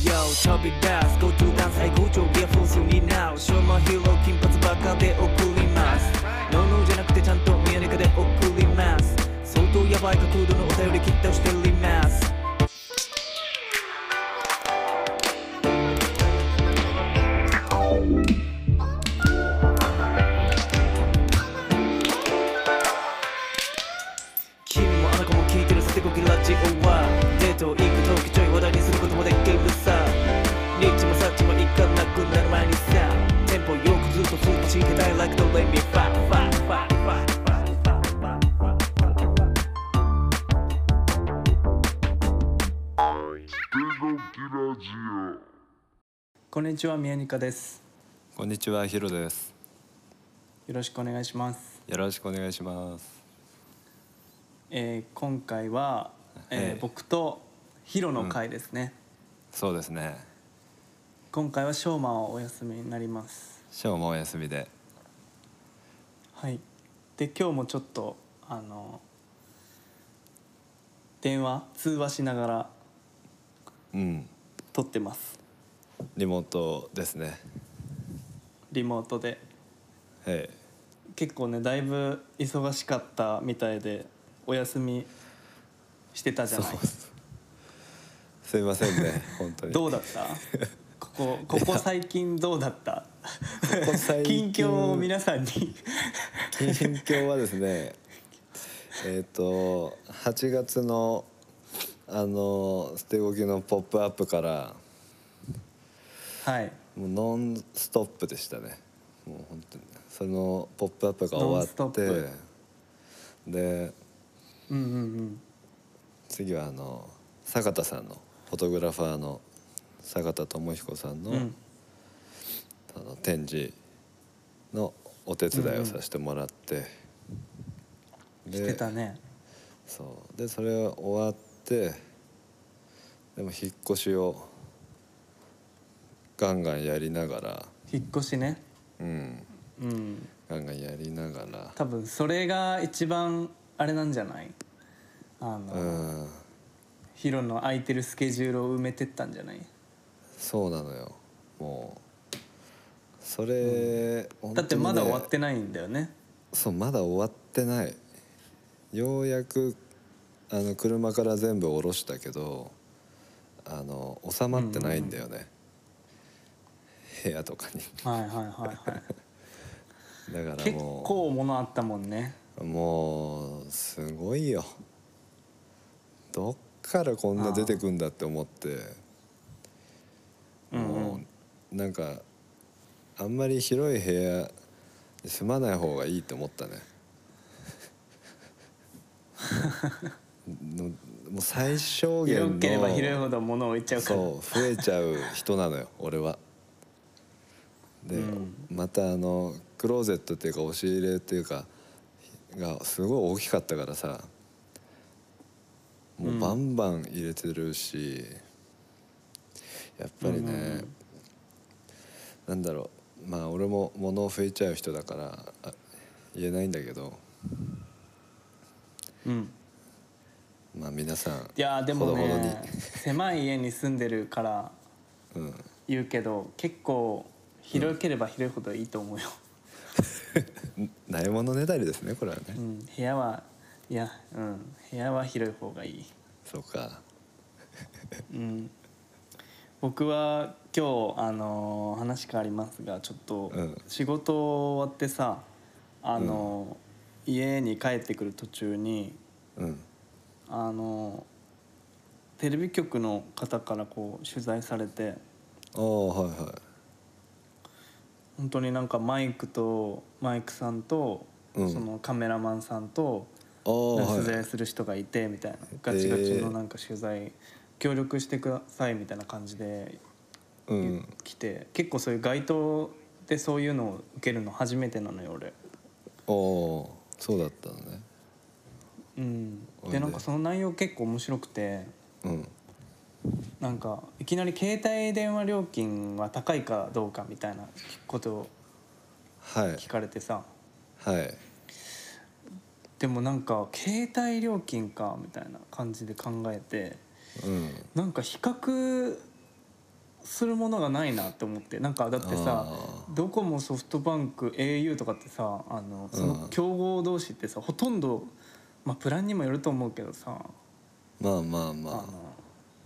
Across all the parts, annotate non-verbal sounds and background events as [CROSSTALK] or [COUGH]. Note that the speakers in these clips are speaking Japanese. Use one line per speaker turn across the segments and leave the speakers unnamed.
び出すご中断最高潮ビアフォースになう昭和ヒーロー金髪バカで送りますノーノーじゃなくてちゃんと宮根かで送ります相当ヤバい角度のお便り切ったしております君もあの子も聞いてる捨てこきラジオはデート行く時ちょい話題にすることもできるさニッチもサッチも行かなくなる前にさテンポよくずっとスープ敷いてたい Like the let me fuck fuck fuck fuck fuck fuck fuck fuck fuck
こんにちは宮ニカです
こんにちはヒロです
よろしくお願いします、
よろしくお願いします
えー、今回は、えー
ええ
僕とヒロの会ですね、
そうですね
今回はショーマンはお休みになります
ショーもお休みで
はいで今日もちょっとあの電話通話しながら
うん
撮ってます
リモートですね
リモートで
はい
結構ねだいぶ忙しかったみたいでお休みしてたじゃない
すいませ
[LAUGHS]
んね本当に
どうだったここここ最近どうだった
こ最
近
近
況を皆さんに
近況はですね
[LAUGHS]
えっと8月のあの捨て動きの「ポップアップから
はい
もうノンストップでしたねもう本当にその「ポップアップが
ノンス
終
ト
わ
ッ
って
プ
で
うんうんうん
次はあの坂田さんのフォトグラファーの坂田智彦さんの,、
うん
あの展示のお手伝いをさせてもらって、で
してたね
そうでそれは終わってでも引っ越しをガンガンやりながら
引っ越しね
うん
うん
ガンガンやりながら
多分それが一番あれなんじゃないあの、
うん
ヒロの空いてるスケジュールを埋めてったんじゃない
そうなのよもうそれ、本当にね
だってまだ終わってないんだよね
そうまだ終わってないようやくあの車から全部降ろしたけどあの収まってないんだよね、部屋とかに
はいはいはい
[LAUGHS]
はい
だから
結
も
構物あったもんね
うもうすごいよどっからこんな出てくんだって思ってもうなんかあんまり広い部屋に住まない方がいいって
[LAUGHS]
思ったねのもう最小限の
広ければ広いほど物置いちゃうから
そう増えちゃう人なのよ [LAUGHS] 俺はで、またあのクローゼットっていうか押し入れっていうかがすごい大きかったからさもううバンバン入れてるし、やっぱりね、なんだろうまあ俺も物を増えちゃう人だからあ言えないんだけど
うん
まあ皆さん
いやーでも
ほどほどに
ね狭い家に住んでるから
うん
言うけど結構広ければ広いほどいいと思うよ、
ないものねだりですねこれはね、
うん、部屋はいやうん部屋は広い方がいい
そうか
うん僕は今日あのー話変わりますがちょっと
うん
仕事終わってさあのー、家に帰ってくる途中に
うん
あのーテレビ局の方からこう取材されて
ああはいはい
本当になんかマイクとマイクさんと、
うん
そのカメラマンさんと
ああはい
取材する人がいてみたいなガチガチのなんか取材、協力してくださいみたいな感じで
うん
来て、結構そういう街頭でそういうのを受けるの初めてなのよ俺。
ああそうだったのね
うん、
ほい
で
で
なんかその内容結構面白くて
うん
なんかいきなり携帯電話料金は高いかどうかみたいなことを
はい
聞かれてさ
はい
でもなんか携帯料金かみたいな感じで考えて
うん
なんか比較するものがないなって思ってなんかだってさ
あ
ドコモソフトバンク au とかってさあのそうの
ん
競合同士ってさほとんど、まあ、プランにもよると思うけどさ
まあまあま
あ
あ
の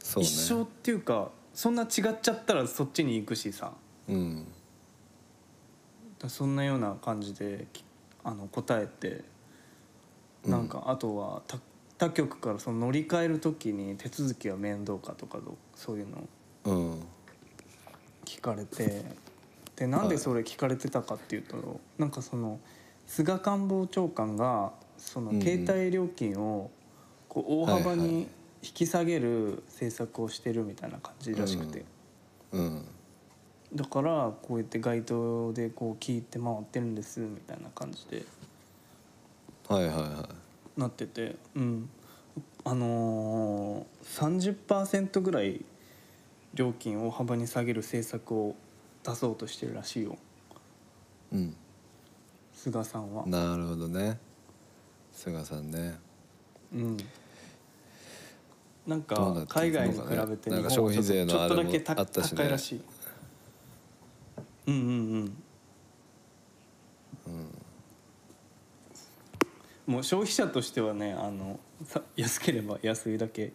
そうね
一生っていうかそんな違っちゃったらそっちに行くしさ
うん
だそんなような感じできあの答えてなんか、あとは他他局からその乗り換える時に手続きは面倒かとかどうそういうの
うん
聞かれてでなんでそれ聞かれてたかっていうと、なんかその菅官房長官がその
うんうん
携帯料金をこう大幅
はいはい
に引き下げる政策をしてるみたいな感じらしくて。
うん
だからこうやって街頭でこう聞いて回ってるんですみたいな感じで
はいはいは
なっててうんあのー、30%ぐらい料金を大幅に下げる政策を出そうとしてるらしいよ
いうん
菅さんは。
なるほどね菅さんね
うんなん
どうな
か
っ
海
て
外に比
るのかね
べて
なんか
日本は
消費税の
ちょっとだけ
あれもあったしね
高いらしい。うんうんうん。もう消費者としてはねあのさ安ければ安いだけ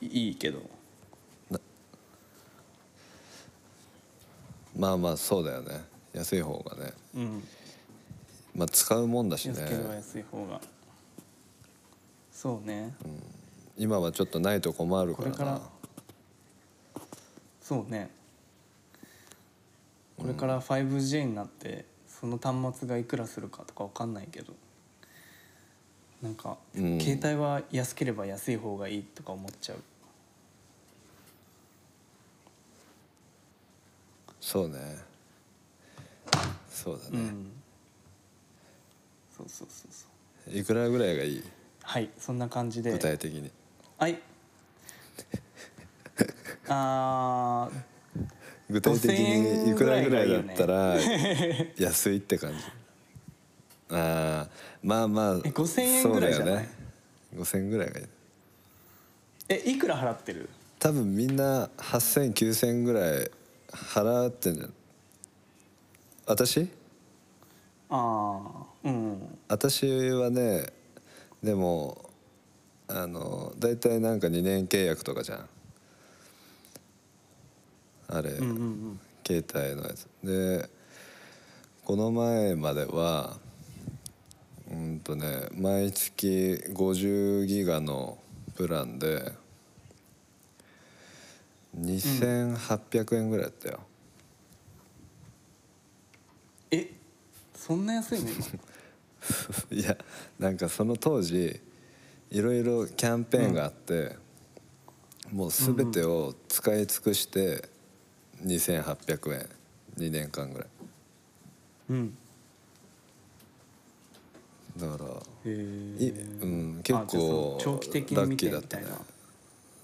いいけど
まあまあそうだよね安い方がね
うん
まあ使うもんだしね
安ければ安い方がそうね
今はちょっとないと困るか
こ
ら
れか
な
らそうねこれから 5G になってその端末がいくらするかとかわかんないけどなんか、
うん
携帯は安ければ安い方がいいとか思っちゃう
そうねそうだ
う
ね、
んそうそうそうそう
いくらぐらいがいい
はいそんな感じ
具
で
体的に
はい [LAUGHS] あー
具体的にいくらぐらいだったら
え
安いって感じああまあまあ
え5000円ぐらいじゃない
そうだよね5000円ぐらいがいい
えいくら払ってる
多分みんな80009000円ぐらい払ってんじゃん私
ああうん
私はねでもあの大体なんか2年契約とかじゃんあれ、
うんうんうん
携帯のやつでこの前まではうんとね毎月50ギガのプランで2800円ぐらいだったよ、
えそんな安い
[LAUGHS]
の今
いやなんかその当時いろいろキャンペーンがあって、もう全てを使い尽くして2800円2年間ぐらい
うん
だから
へ
い、
え
うん、結
あじゃあそ
構
の長期的に
ラッ
見
キ
て
ーだ
み
った
たい
ね
な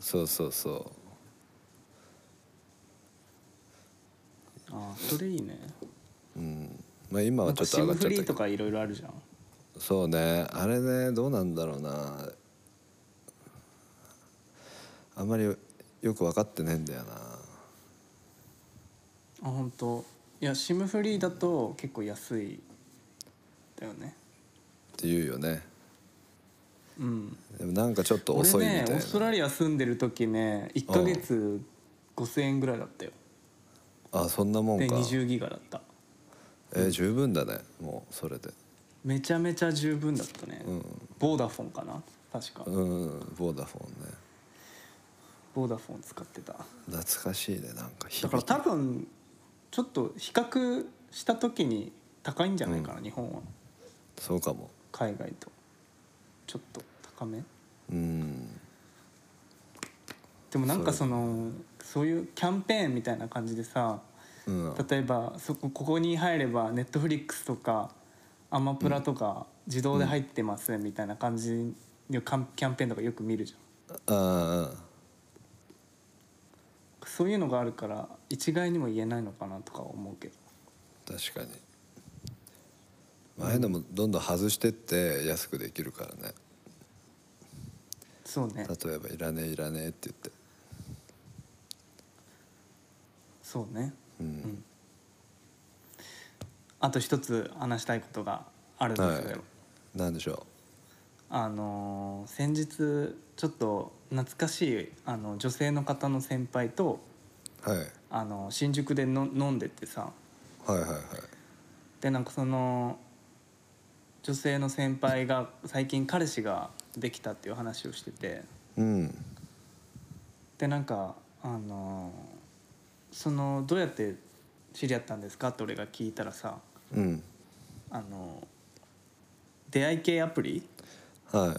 そうそうそ
あそれいいね
う、うんまあ、今
な
は
ん
ち
か
ょっと
シ
上が
ム
っちゃ
フリ
っ
ー
たけ
と
ど
かいろいろあるじゃん
そうねあれねどうなんだろうなあんまりよよく分かってねえんだよな
あ本当いやシムフリーだと結構安いだよね
って言うよね
うん
でもなんかちょっと
俺
遅いみた
ね
い
オ
な、
ーストラリア住んでる時ね1ヶ月5000円ぐらいだったよ
あそんなもん
で
か
20ギガだった
えー十分だねもうそれで
めちゃめちゃ十分だったね、
うん
ボーダフォンかな確か、
うんボーダフォンね
ボーダフォン使ってた
懐かしいねなんか響き
だから多分ちょっと比較した時に高いんじゃないかな、日本は
そうかも
海外とちょっと高め
うん
でもなんかそのそういうキャンペーンみたいな感じでさ
うん
例えばそこここに入ればネットフリックスとかアマプラとか自動で入ってますみたいな感じのカンキャンペーンとかよく見るじゃん
あ
そういうのがあるから一概にも言えないのかなとか思うけど
あ確かに前のもどんどん外してって安くできるからね
そうね
例えば「いらねえいらねえ」って言って
そうね
うん
うんあと一つ話したいことがあるんですけど、
はいなんでしょ
あのー先日ちょっと懐かしいあの女性の方の先輩と
うはい
あの新宿での飲んでてさ
はいはいはい
でなんかその女性の先輩が最近彼氏ができたっていう話をしてて
うん
でなんかあのーそのどうやって知り合ったんですかって俺が聞いたらさ
うん
あの出会い系アプリ
はい
っ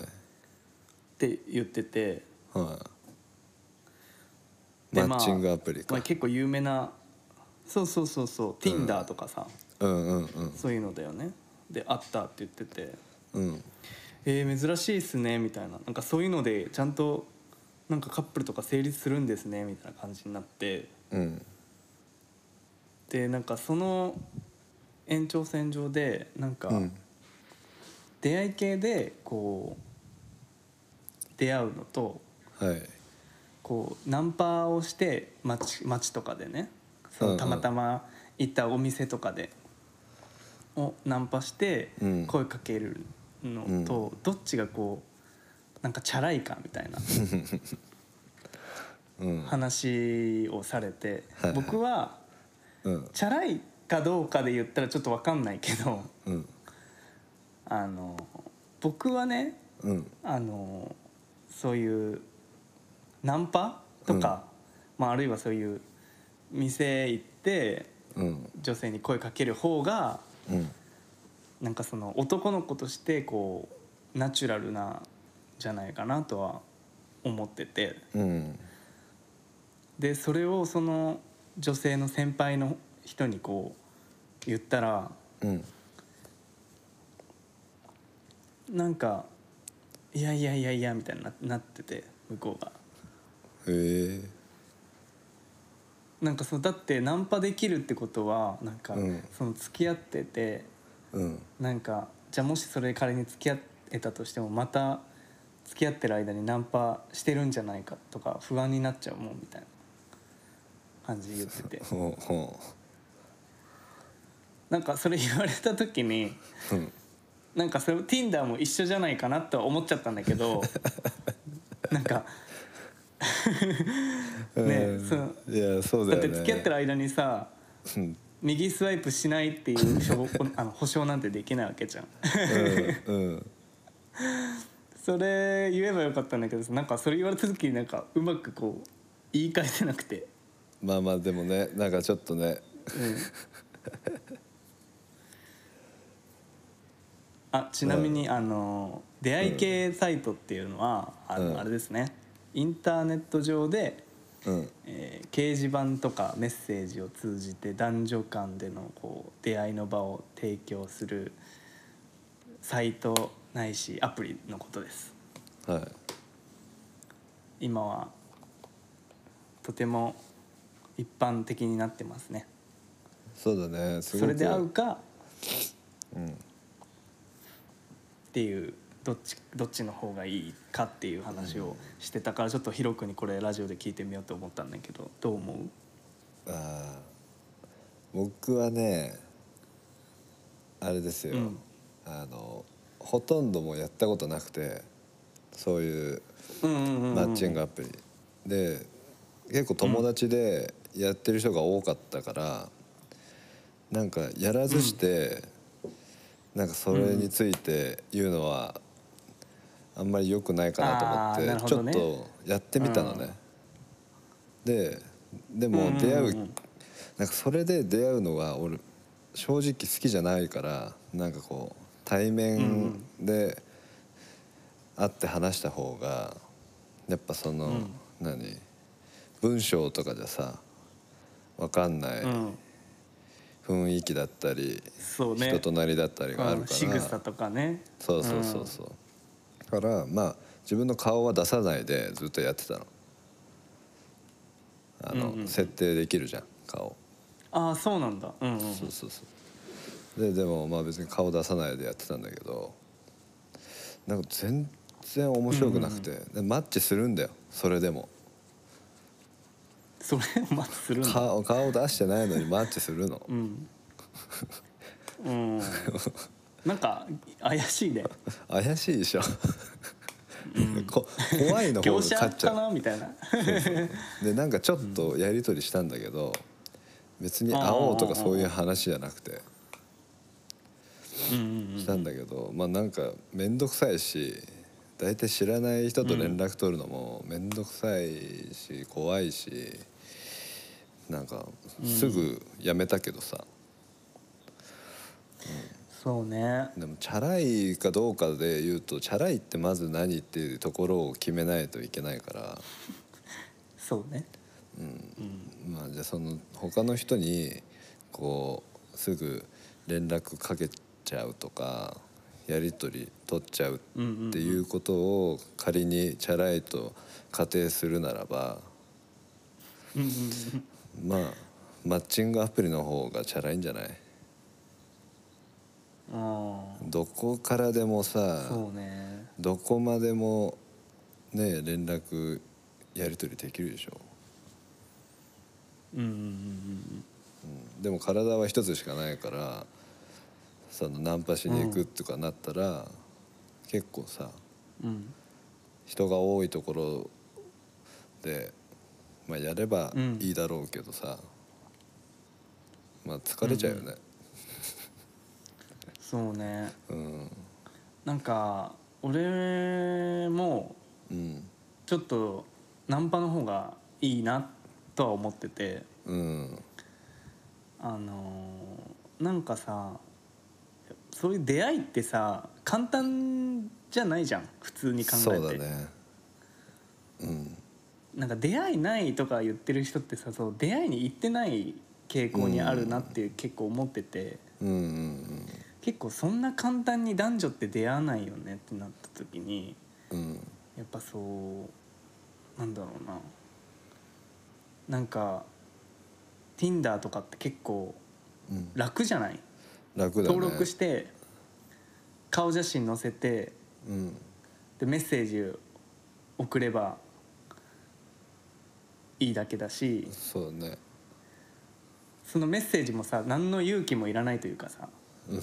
て言ってて、
はい
で
マッチングアプリ
ま
か、
あ、結構有名なそうそうそうそう Tinder とかさ、
うんうんうん
そういうのだよねであったって言ってて
うん
えー、珍しいっすねみたいななんかそういうのでちゃんとなんかカップルとか成立するんですねみたいな感じになって
うん
でなんかその延長線上でなんか
うん
出会い系でこう出会うのと
はい
こうナンパをして街街とかでねそ
うん
の
うん
たまたま行ったお店とかでをナンパして
うん
声かけるのと、どっちがこうなんかチャラいかみたいな
[LAUGHS] うん
話をされて、
はいはい
僕は
うん
チャラいかどうかで言ったらちょっと分かんないけど
うん
あの僕はね
うん
あのそういうナンパとか、まあ、あるいはそういう店行って
うん
女性に声かける方が
うん
なんかその男の子としてこうナチュラルなんじゃないかなとは思ってて
うん
でそれをその女性の先輩の人にこう言ったら
うん
なんか「いやいやいやいや」みたいにななってて向こうが。
へえ
なんかそうだってナンパできるってことはなんか、
うん
その付き合ってて
うん
なんかじゃあもしそれ仮に付き合ってたとしてもまた付き合ってる間にナンパしてるんじゃないかとか不安になっちゃうもんみたいな感じで言って
[LAUGHS]
て
ほうほ
なんかそれ言われた時に
ううん
なんかそれ Tinder も一緒じゃないかなとは思っちゃったんだけ
[LAUGHS]
どなんかねえ
うん
そう
いやそうだ
だっ
よね
て付き合ってる間にさ
うん
右スワイプしないっていう証あの保証なんてできないわけじゃん [LAUGHS]
うんうん
それ言えばよかったんだけどさなんかそれ言われた時になんかうまくこう言い返せなくて、
まあまあでもねなんかちょっとね
うん、あちなみに、あの出会い系サイトっていうのは、あの
うん
あれですねインターネット上で、
うん
えー掲示板とかメッセージを通じて男女間でのこう出会いの場を提供するサイトないしアプリのことです
は
今はとても一般的になってますね
いそうだねすご
そ
く
れで会うかっ
うん
ていうどっちどっちの方がいいかっていう話をしてたからちょっとヒロ君にこれラジオで聞いてみようと思ったんだけどどう思う
あー僕はねあれですよ、
うん
あのほとんどもうやったことなくてそういう
うんうんうん
マッチングアプリ、で結構友達でやってる人が多かったから、なんかやらずして、なんかそれについて言うのはあんまり良くないかなと
あーな
思
る
って、
ほ
ち
ど
ょっ
ね
とやってみたのね。ででも出会う,、
うんうんうん
なんかそれで出会うのが俺正直好きじゃないからなんかこう対面で会って話した方がやっぱその、
ん
何文章とかじゃさ分かんない
うん
雰囲気だったり、
そうね
人となりだったりがある
うん
か
仕
ら、
草とかね
そうそうそうそう、だからまあ自分の顔は出さないでずっとやってたのあの、
うんうん
設定できるじゃん顔
ああそうなんだうんうん
そうそうそうででもまあ別に顔出さないでやってたんだけどなんか全然面白くなくて、でマッチするんだよそれでも
それをマッチするんだ
顔顔出してないのにマッチするの
うん、うん、なんか怪し
[LAUGHS]
いね
怪しいでしょ、こ怖いの方が
業者
勝っちゃ
か
う
なみ
[LAUGHS]
たいな
でなんかちょっとやり取りしたんだけど別に会おうとかそういう話じゃなくて
うんうん
したんだけど、まあなんか面倒くさいし大体知らない人と連絡取るのも面倒くさいし怖いしなんかすぐやめたけどさ、
そうね
でもチャラいかどうかで言うとチャラいってまず何っていうところを決めないといけないから。
そうね
まあ、じゃあその他の人にこうすぐ連絡かけちゃうとかやり取り取っちゃうっていうことを仮にチャラいと仮定するならば
うんうんうん
まあマッチングアプリの方がチャラいんじゃない
あ
どこからでも
あ
さ
そうね
どこまでもね連絡やり取りできるでしょ、
うんうんうん
うん、でも体は一つしかないからそのナンパしに行くとかなったら、結構さ
うんうん
人が多いところで、まあ、やれば
うん
いいだろうけどさ、まあ疲れちゃうよね。
そうね
うん
なんか俺も
うん
ちょっとナンパの方がいいなとは思ってて
うん
あのーなんかさそういう出会いってさ簡単じゃないじゃん普通に考えて
そうだね。うん
なんか出会いないとか言ってる人ってさそう出会いに行ってない傾向にあるなって結構思ってて、
うんうん
結構そんな簡単に男女って出会わないよねってなった時に
うんうん
やっぱそうなんだろうななんか Tinder とかって結構
うん
楽じゃない
楽だね。
登録して顔写真載せて
うん
でメッセージ送ればいいだけだし
そうだね。
そのメッセージもさ何の勇気もいらないというかさ
うん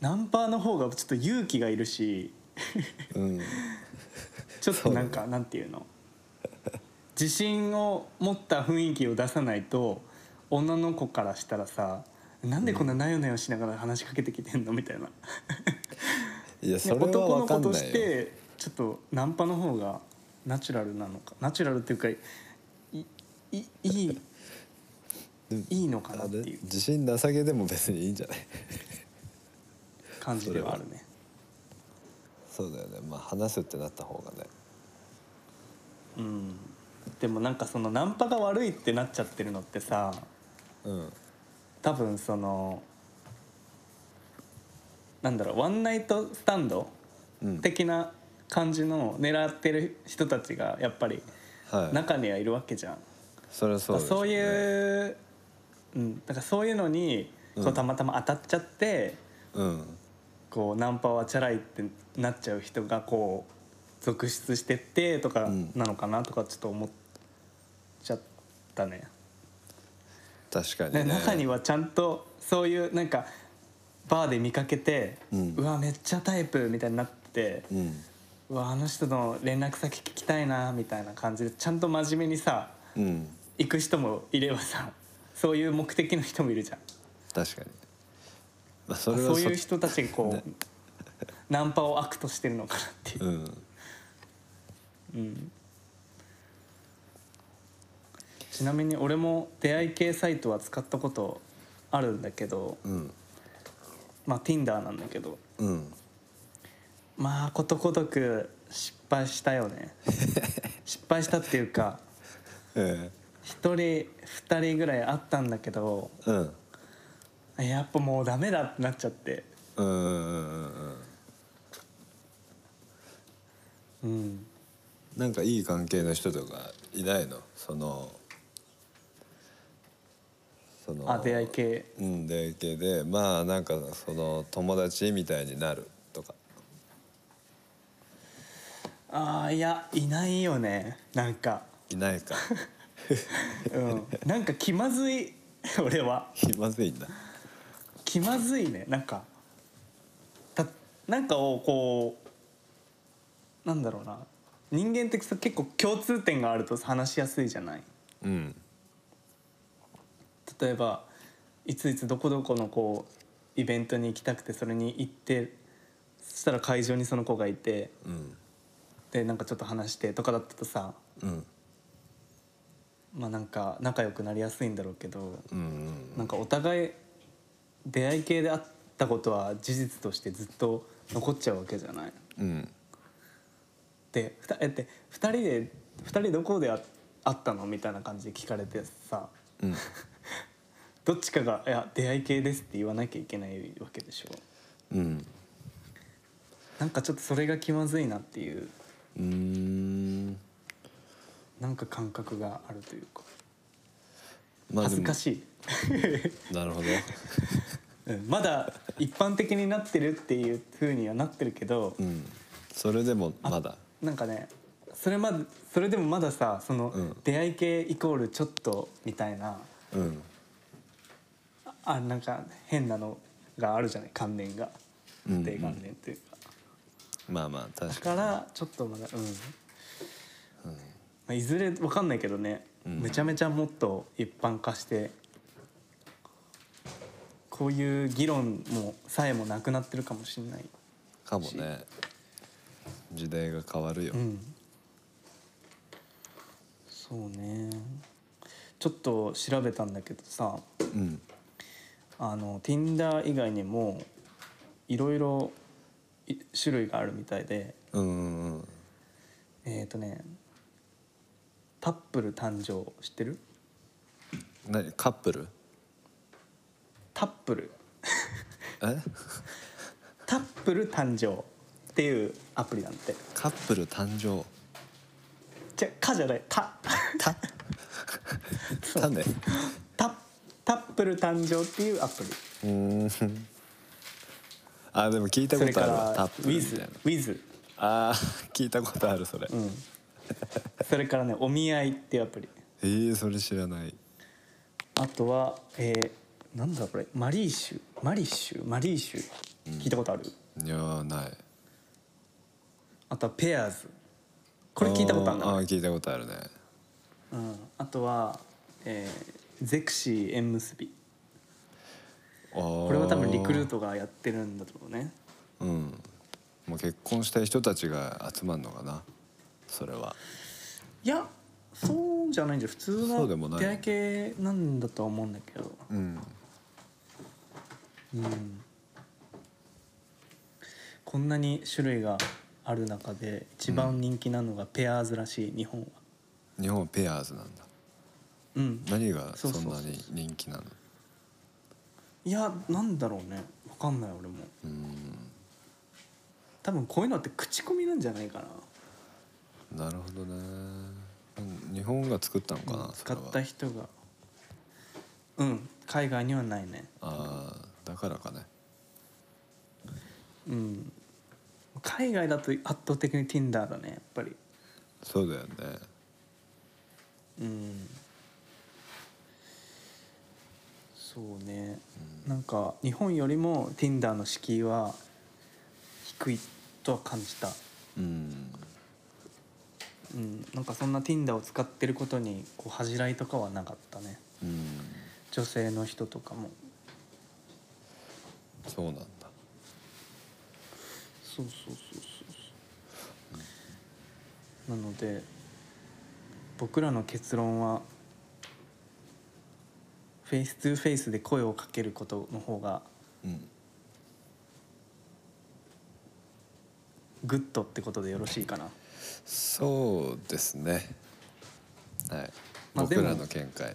ナンパの方がちょっと勇気がいるし
うん
ちょっとなんか、なんていうの自信を持った雰囲気を出さないと女の子からしたらさなんでこんななよなよしながら話しかけてきてんのみたいな
いやそれは
男の
分か
子
ん
と
な
し
いよ。
てちょっとナンパの方がナチュラルなのかナチュラルっていうかいいいいいいのかな
あ
って
れ
いう
自信なさげでも別にいいんじゃない
感じではあるね
そうだよねまあ話すってなった方がね
うんでもなんかそのナンパが悪いってなっちゃってるのってさ
うん
多分そのなんだろうワンナイトスタンド
うん
的な感じの狙ってる人たちがやっぱり
はい
中にはいるわけじゃん、
それはそ
だから
うです、ね、
そういう、うん、だからそういうのにこ
う
うんたまたま当たっちゃって、
うん
こうナンパはチャラいってなっちゃう人がこう続出してってとか
うん
なのかなとかちょっと思っちゃったね。
確かに
ね
ね
中にはちゃんとそういうなんかバーで見かけて、
う
うんわめっちゃタイプみたいになって、
う
うんわあの人の連絡先聞きたいなみたいな感じでちゃんと真面目にさ
うん
行く人もいればさそういう目的の人もいるじゃん
確かにまあそれは
そういう
そ
人たちがこう、
ね
ナンパを悪としてるのかなっていう、
うん
ちなみに俺も出会い系サイトは使ったことあるんだけど、
うん
まあ Tinder なんだけど
うん
まあことごとく失敗したよ
[LAUGHS]
ね失敗したっていうか
え
1人2人ぐらいあったんだけど
えうん
やっぱもうダメだってなっちゃって
うんうんうん
う
うん
ん
なんかいい関係の人とかいないのそのその
あ出会い系
うん出会い系でまあなんかその友達みたいになるとか
ああいやいないよねなんか
いな
[LAUGHS]
いか
うん、なんか気まずい俺は
気まずいんだ
気まずいねなんかたなんかをこうなんだろうな人間ってさ結構共通点があると話しやすいじゃない
うん
例えばいついつどこどこのこうイベントに行きたくてそれに行ってそしたら会場にその子がいて
うん
でなんかちょっと話してとかだったとさ
うん
まあなんか仲良くなりやすいんだろうけど
うんうん
なんかお互い出会い系であったことは事実としてずっと残っちゃうわけじゃない。
うん
でふたえって2人で2人どこであ会ったのみたいな感じで聞かれてさ
うん
どっちかが「いや出会い系です」って言わなきゃいけないわけでしょ
うん
なんかちょっとそれが気まずいなっていう
うーん
なんか感覚があるというか
まあ
恥ず
でも
かしい、 [LAUGHS]
なるほど
うんまだ一般的になってるっていうふうにはなってるけど、
うんそれでもまだ
なんかねそれまでそれでもまださその、
うん
出会い系イコールちょっとみたいな
うん
ああなんか変なのがあるじゃない関連が
うんうん
定関連というか、
まあまあ確
だ
か
からちょっとまだうん、まあ、いずれわかんないけどね、めちゃめちゃもっと一般化してこういう議論もさえもなくなってるかもしれない、
かもね時代が変わるよ
うん、そうねちょっと調べたんだけどさ
うん
あの Tinder 以外にもいろいろい種類があるみたいで
うんうんうん
えっ、ー、とねタップル誕生知ってる
何カップル
タップル
え
タップル誕生っていうアプリなんて
カップル誕生
じゃ「か」じゃない「た」
たたね
タ「タップル誕生」っていうアプリ
うーんあでも聞いた
そ
こ
れ
と
か
あるわタ
ら
ッ
「
プルみたいな
With」「With
あー聞いたことあるそれ、」
うんそれからね「お見合い」っていうアプリ
えー、それ知らない
あとはえー、なんだこれ「マリーシュ」「マリッシュ」「マリーシュ」聞いたことある、
いやーない
あとは「ペアーズ」これ聞いたことある
あ
な
ーあー聞いたことあるね
うん、あとは、えーゼクシー縁結び
こ
これは多分リクルートがやってるんだと思うね
うんもう結婚したい人たちが集まるのかなそれはい
やそうじゃないんじゃ普通
そうでも
の
な
出
い
会い系なんだとは思うんだけど
うん
うんこんなに種類がある中で一番人気なのがペアーズらしい日本は
日本はペアーズなんだ
うん
何が
そ
そ
うそうそ
ん
う
なに人気なの
いやなんだろうねわかんない俺も
うん
多分こういうのって口コミなんじゃないかな
なるほどねうん日本が作ったのかなそ
使
れ
った
は
人がうん海外にはないね
ああだからかね
うん海外だと圧倒的に Tinder だねやっぱり
そうだよね
うんそうね、なんか日本よりも Tinder の敷居は低いとは感じた
うん
うんなんかそんな Tinder を使ってることにこう恥じらいとかはなかったね
うん
女性の人とかも
そうなんだ
そうそうそうそう、うなので僕らの結論はフェイス2フェイスで声をかけることの方が
うん
グッドってことでよろしいかな、
そうですねはい
まあで
僕
も
らの見解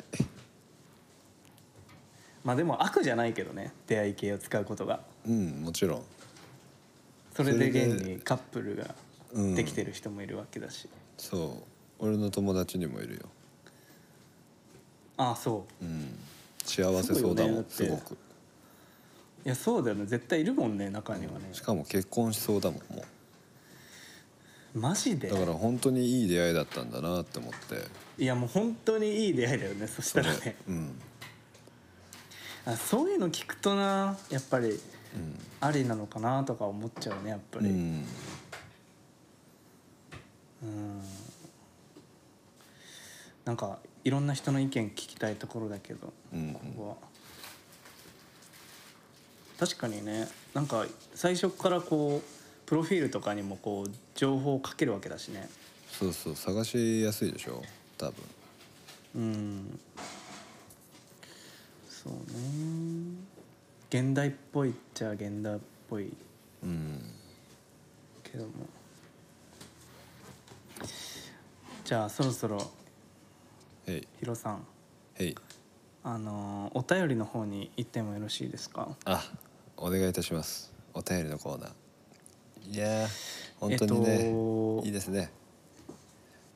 まあでも悪じゃないけどね出会い系を使うことが
うんもちろん
それで
それで
現にカップルが
うん
できてる人もいるわけだし、
そう俺の友達にもいるよ、
ああそう
うん、幸せそうだもんす
そうよねだって
ごく
いやそうだよね絶対いるもんね中にはね、
しかも結婚しそうだもんも
マジで
だから本当にいい出会いだったんだなって思って
いやもう本当にいい出会いだよねそしたらね
うん
あそういうの聞くとなやっぱりありなのかなとか思っちゃうねやっぱ
うん、う
り、
ん、
なんかいろんな人の意見聞きたいところだけど、
うん
ここは確かにねなんか最初からこうプロフィールとかにもこう情報をかけるわけだしね
そうそう探しやすいでしょ多分
うんそうね現代っぽいっちゃ現代っぽい
うん
けどもじゃあそろそろ
へい
ヒロさん
へい
あのーお便りの方に行ってもよろしいですか
あお願いいたしますお便りのコーナーいやー本当にね、
えっと
いいですね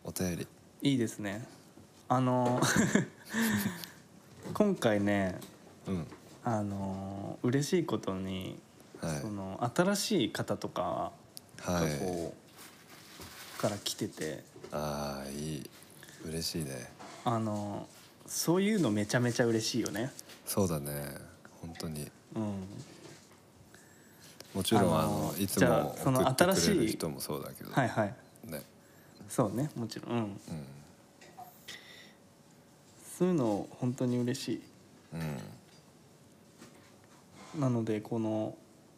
お便り
いいですねあ
[LAUGHS]
のー今回ね
うん
あのー嬉しいことに、
はい
その新しい方とかが
はい
こうから来てて
ああいい嬉しいね
あのーそういうのめちゃめちゃ嬉しいよね。
そうだね本当に
うん、
もちろんあの
あの
いつ
じゃあ
も
その
送ってくれ
新
る
しい
人もそうだけど
はいはい
ね
そうねもちろん、うん、
うん
そういうの本当に嬉し
うん
いなのでこの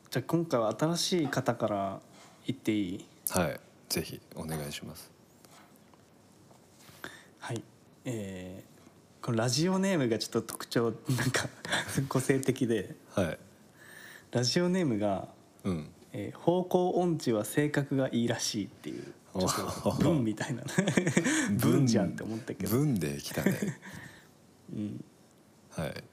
じゃあ今回は新しい方から言っていい
はいぜひお願いします
はい、えーこのラジオネームがちょっと特徴なんか [LAUGHS] 個性的で
はい
ラジオネームが、
うん
えー方向音痴は性格がいいらしい」っていうちょっと文みた
[LAUGHS]
いな文じゃんって思ったけど、
文で来たね
[LAUGHS] うん、
はい
え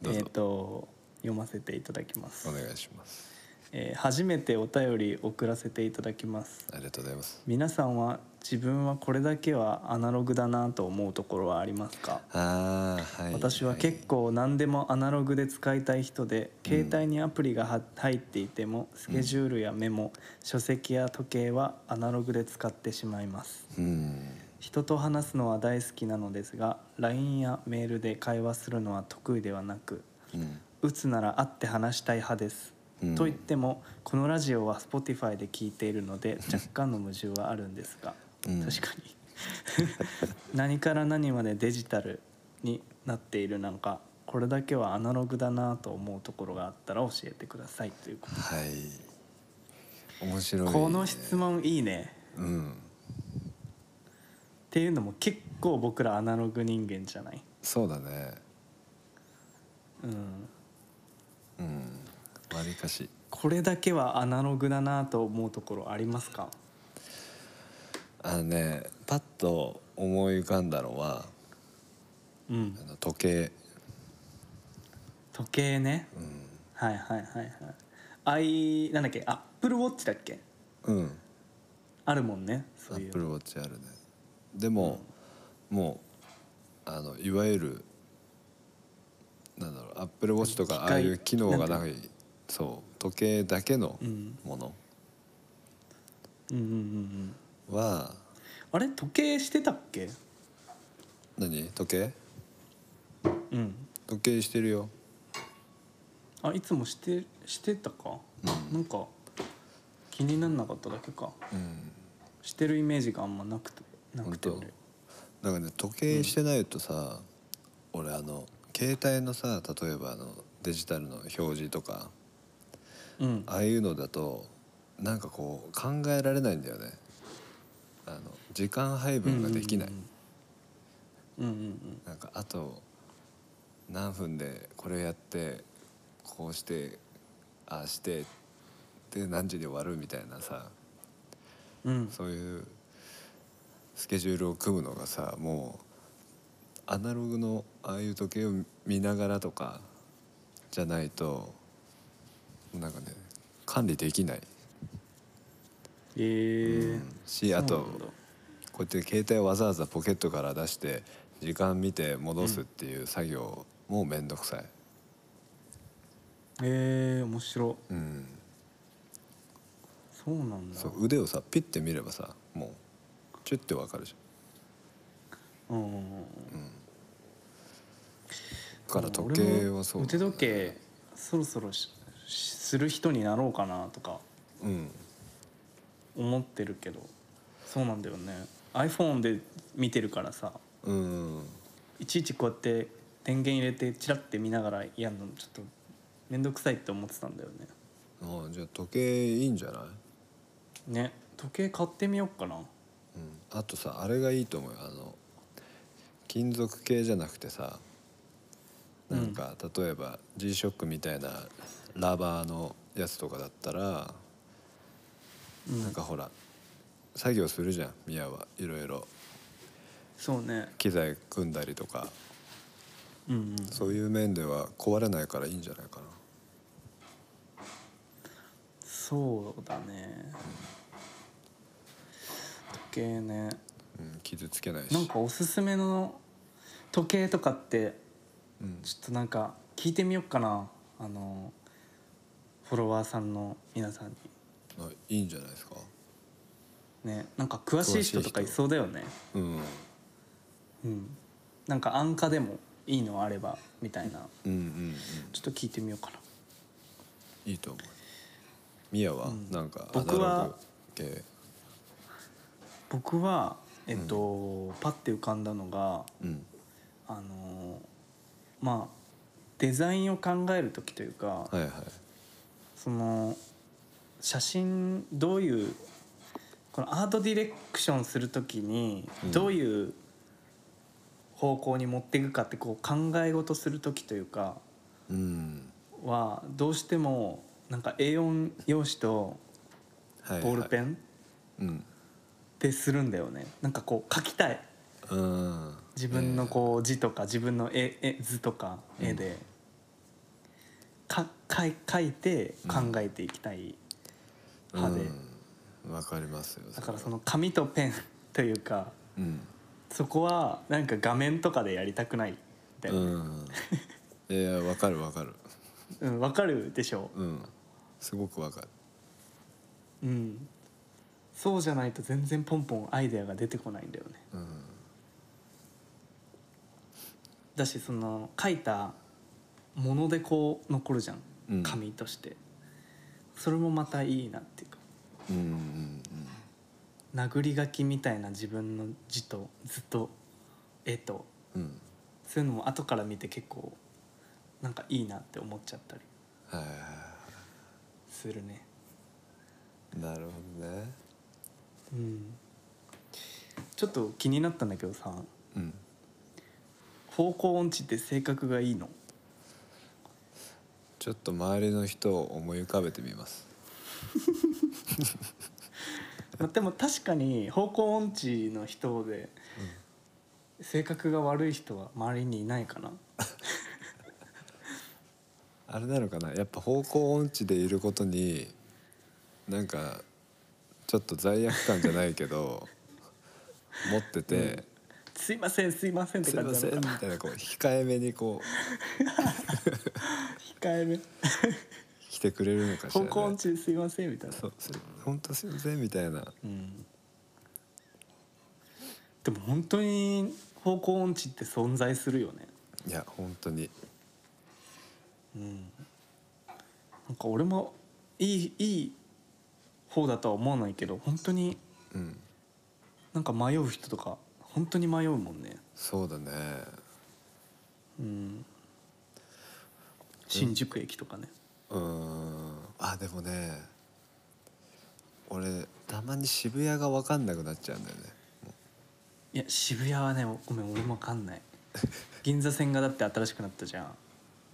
ど
っ
う、ぞ、
と読ませていただきます
お、願いします
えー初めてお便り送らせていただきます
ありがとうございます
皆さんは自分はこれだけはアナログだなと思うところはありますか
ああはい
私は結構何でもアナログで使いたい人で、携帯にアプリがは入っていてもスケジュールやメモ、書籍や時計はアナログで使ってしまいます
うん
人と話すのは大好きなのですが LINE やメールで会話するのは得意ではなく
うん
打つなら会って話したい派です、
うん
と言ってもこのラジオは Spotify で聞いているので若干の矛盾はあるんですが、
うん
確かに [LAUGHS] 何から何までデジタルになっているなんかこれだけはアナログだなと思うところがあったら教えてくださいということ
はい面白い、ね、
この質問いいね
うん
っていうのも結構僕らアナログ人間じゃない
そうだね
うん
うんわりかし
これだけはアナログだなと思うところありますか
あのねパッと思い浮かんだのは
うん
あの時計
時計ね
う
はいはいはいはい。I なんだっけ、アップルウォッチだっけ？
ん、うん、
あるもんね。
ア
そうい
ップル
う。
ウォッチあるねでも、もうあのいわゆるなんだろうアップルウォッチとか
機械
ああいう機能
な
が
ん
ないそう時計だけの
うん
もの
うんうんうんうん。
は、
あれ時計してたっけ？
何時計
うん。
時計してるよ
あいつもしてしてたか。なんか気になんなかっただけか。
うん
してるイメージがあんまなくてな
本
くて
当
俺。
なんかね時計してないとさ、俺あの携帯のさ例えばあのデジタルの表示とか
うん。
ああいうのだとなんかこう考えられないんだよねあの時間配分ができない、
うんうんうん。
なんかあと何分でこれやってこうしてああしてで何時で終わるみたいなさ
うん、
そういうスケジュールを組むのがさもうアナログのああいう時計を見ながらとかじゃないとなんかね管理できない、
えー
うんしあ
そう
と
なんだ
こうやって携帯をわざわざポケットから出して時間見て戻すっていう作業も面倒くさい、
えー、面白
うん、
そうなんだ
そう腕をさピッて見ればさもうチュッてわかるじ
うんうんうん
ゃんだから時計はそう
俺も腕時計そろそろししする人になろうかなとか
うん
思ってるけどそうなんだよね iPhone で見てるからさ
うん
いちいちこうやって電源入れてチラッて見ながらやるのちょっと面倒くさいって思ってたんだよね
ああじゃあ時計いいんじゃない、
ね時計買ってみようかな
うん、あとさあれがいいと思うよあの金属系じゃなくてさなんか、例えば G ショックみたいなラバーのやつとかだったら、
うん
なんかほら作業するじゃん宮はいろいろ
そうね
機材組んだりとか
うんうん
そういう面では壊れないからいいんじゃないかな
そうだね時計ね
うん、傷つけないし
なんかおすすめの時計とかって
うん
ちょっとなんか聞いてみようかなあのフォロワーさんの皆さんに
あいいんじゃないですか
ねなんか詳しい人とかいそうだよね
うん
うんなんか安価でもいいのあればみたいな
うんうんうん
ちょっと聞いてみようかない
いと思うミヤは、
ん
なんかアナ
僕は
ログ系
僕はえっと、パッて浮かんだのが
うん
あのーまあデザインを考える時というか、
はいはい
その写真どういうこのアートディレクションするときに
うん
どういう方向に持っていくかってこう考え事する時というか
うん
はどうしてもなんか A4 用紙と
はいはい
ボールペン
うん
でするんだよね。なんかこう描きたい
うん
自分のこう字とか自分の絵絵図とか
うん
絵で、かかい描いて考えていきたい派で、
うんわかりますよ
だからそ
れは
の紙とペンというか
うん
そこはなんか画面とかでやりたくないだよ
う
ね
んいやわかるわかる
うんわ、かるでしょ
うんすごくわかる
う、うん、そうじゃないと全然ポンポンアイデアが出てこないんだよね
うん
だしその書いたものでこう残るじゃん、
うん
紙としてそれもまたいいなっていうか
うんうん
殴り書きみたいな自分の字と図と絵と
うんうん
そういうのも後から見て結構なんかいいなって思っちゃったり
はいは
するね
いなるほどね
うんちょっと気になったんだけどさ
うん
方向音痴って性格がいいの
ちょっと周りの人を思い浮かべてみます
まあでも確かに方向音痴の人で性格が悪い人は周りにいないかな
あれなのかなやっぱ方向音痴でいることになんかちょっと罪悪感じゃないけ
[LAUGHS]
ど持ってて
「すいませんすいません」
「
って
すい
感
ま
じ
せん」
な
み
のかな
たいなこう控えめにこう
控えめ
来てくれるのかしら、
方
ね、
向音痴ですいませんみたいな
そうす本当すいませんみたいな
うんでも本当に方向音痴って存在するよね
いや本当に
うんなんか俺もいいいい方だとは思わないけど本当に
うん
なんか迷う人とか本当に迷うもんね
そうだね
うん新宿駅とかね、
うーんあでもね俺たまに渋谷が分かんなくなっちゃうんだよね
いや渋谷はねごめん俺も分かんない [LAUGHS] 銀座線がだって新しくなったじゃん
あ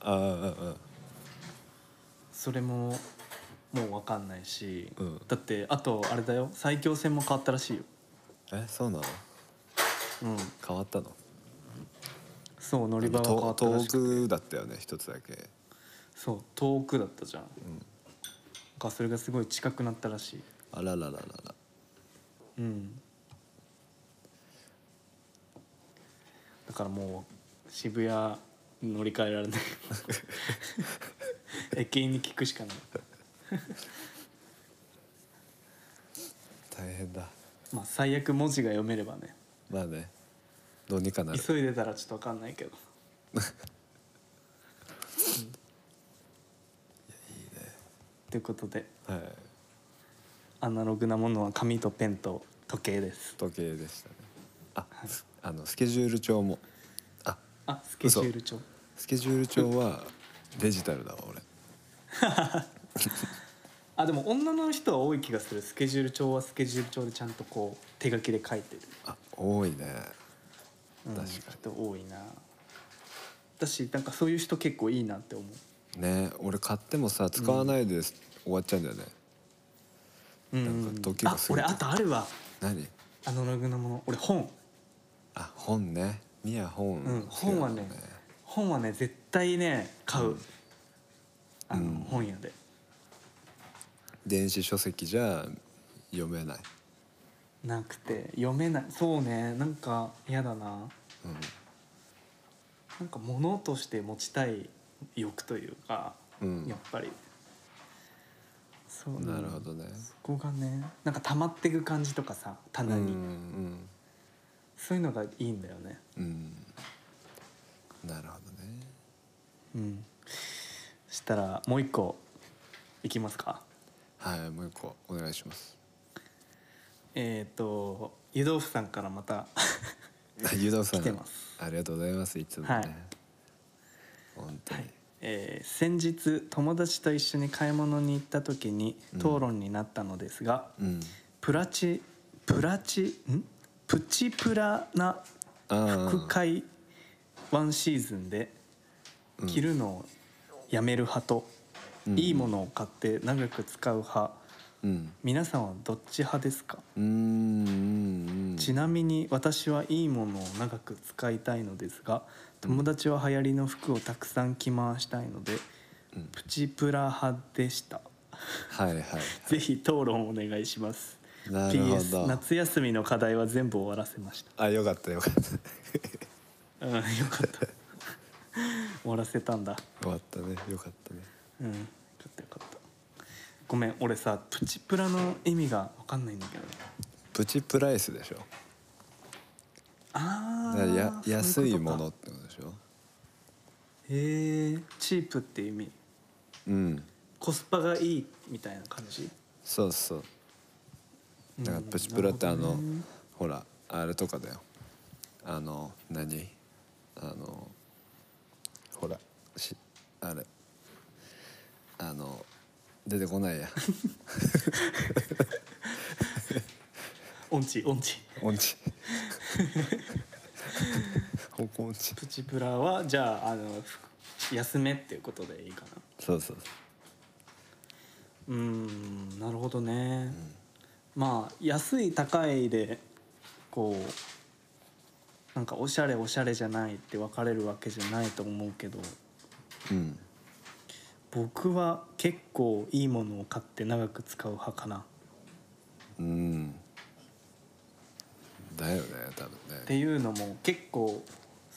あ
それももう分かんないし、
うん
だってあとあれだよ埼京線も変わったらしいよ
ああえそうなの
うん
変わったの
そう乗り場が変わ
と
ったら
遠
しく
くだったよね一つだけ
そう遠くだったじゃん、なんかそれがすごい近くなったらしい
あららららら
うんだからもう渋谷乗り換えら
[LAUGHS]
れない駅員に聞くしかない
大変だ
まあ最悪文字が読めればね
まあねどうにかなる
急いでたらちょっと分かんないけどということで
はい
アナログなものは紙とペンと時計です
時計でしたねああのスケジュール帳もあ
あスケジュール帳
スケジュール帳はデジタルだわ俺
あでも女の人は多い気がするスケジュール帳はスケジュール帳でちゃんとこう手書きで書いてる、
あ多いね
うん、
確かに
人多いな私なんかそういう人結構いいなって思う
ね俺買ってもさ使わないで終わっちゃうんだよね、
うんうん
なんか時が過
あ
ぎて
俺あとあるわ
何
アナログなもの俺本
あ本ねミヤ本、
うん本はね
好きだもん
本はね絶対ね買う、あの、本屋で
電子書籍じゃ読めない、
なくて読めないそうねなんか嫌だななんか物として持ちたい欲というか、
うん
やっぱりそう
うん、なるほどね
そこがねなんか溜まってく感じとかさ
うんう
棚に、
ん
そういうのがいいんだよね
うんなるほどね
うんそしたらもう一個いきますか
はいもう一個お願いします
えっ、と湯豆腐さんからまた [LAUGHS]
あ湯豆腐さん
来てます
ありがとうございますいつもね、
はい
本当に、
えー先日友達と一緒に買い物に行った時に討論になったのですが、
うん
プラチプラチんプチプラな
あ
副
あ
会ワンシーズンで着るのをやめる派と、
うん
いいものを買って長く使う派
うん
皆さんはどっち派ですか、
うーんうんうん
ちなみに私はいいものを長く使いたいのですが友達は流行りの服をたくさん着回したいので、
うん
プチプラ派で
[LAUGHS]
した
はいはいはい
ぜひ討論お願いします
なるほど
PS 夏休みの課題は全部終わらせました
あよかったよかった
うんよかった [LAUGHS] 終わらせたんだ
終わったねよかったね
うんよかったよかったごめん俺さプチプラの意味が分かんないんだけど
プチプライスでしょ
あ
だか
あ
らや安いもの
へ
ってことでしょ
えチープって意味
うん
コスパがいいみたいな感じ
そうそう
うん
だからプチプラってあの、
なるほどね
ほらあれとかだよあの何あのほらしあれあの出てこない [LAUGHS] や
オンチオンチ
音痴方向音痴
プチプラはじゃああのふ安めっていうことでいいかな
そうそうそ
う
う
ーんなるほどね、まあ安い高いでこうなんかおしゃれおしゃれじゃないって分かれるわけじゃないと思うけど
うん
僕は結構いいものを買って長く使う派かな
うんだよね多分ね
っていうのも結構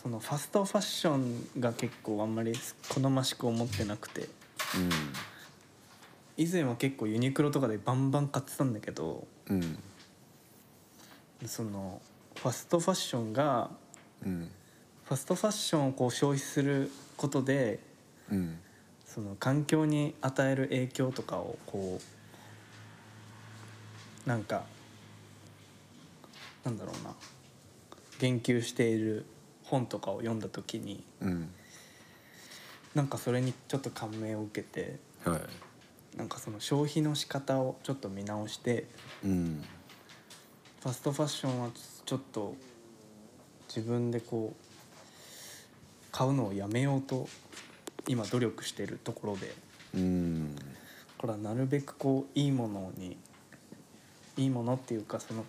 そのファストファッションが結構あんまり好ましく思ってなくて以前は結構ユニクロとかでバンバン買ってたんだけど
うんうん
そのファストファッションが
うん
ファストファッションをこう消費することで
うん
その環境に与える影響とかをこうなんかなんだろうな言及している本とかを読んだ時に
うん
なんかそれにちょっと感銘を受けて
は
なんかその消費の仕方をちょっと見直して
いうん
ファストファッションはちょっと自分でこう買うのをやめようと今努力してるところで。
うん
これはなるべくこういいものにいいものっていうかその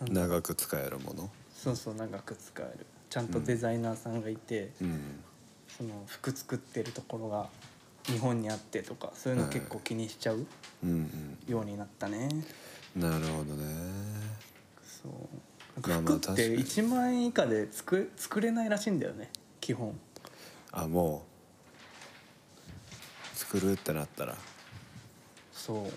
なんだ
長く使えるもの
そうそう長く使えるちゃんとデザイナーさんがいて、
うん
その服作ってるところが日本にあってとかそういうの結構気にしちゃう
うん
ようになったね、
うんなるほどね
そう
ま
な
あ
ん
まあ
か服っ
確
て
かに
1万円以下で作作れないらしいんだよね基本
あもう作るってなったらへ
そう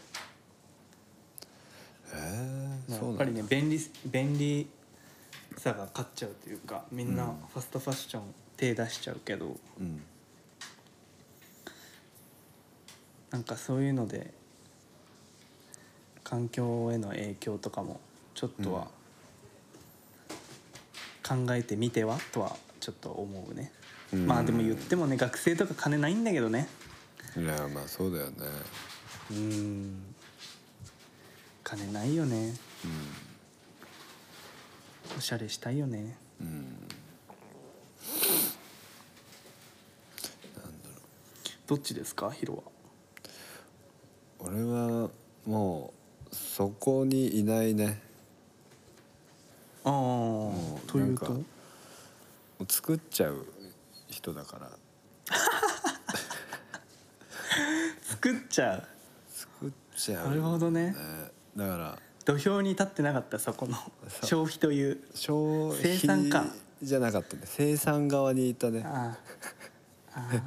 え
や
そう
っ
な
ぱ
ん
り
だ
ね便利便利さが勝っちゃうというかみんなファストファッション手出しちゃうけど、
うん
なんかそういうので環境への影響とかもちょっとは考えてみてはとはちょっと思うね、
うん
まあでも言ってもね学生とか金ないんだけどね
いやまあそうだよね
うん金ないよねおしゃれしたいよね
うんうんなんだろう
どっちですかヒロは
俺はもうそこにいないね
あ
も
あ
う
という
なん
と
かもう作っちゃう人だから
作っちゃ
作っちゃう、
うなるほどね
だから
土俵に立ってなかったそこの
そう
消費という
消費
生産か
じゃなかったね生産側にいたね
ああ
[LAUGHS]
ああ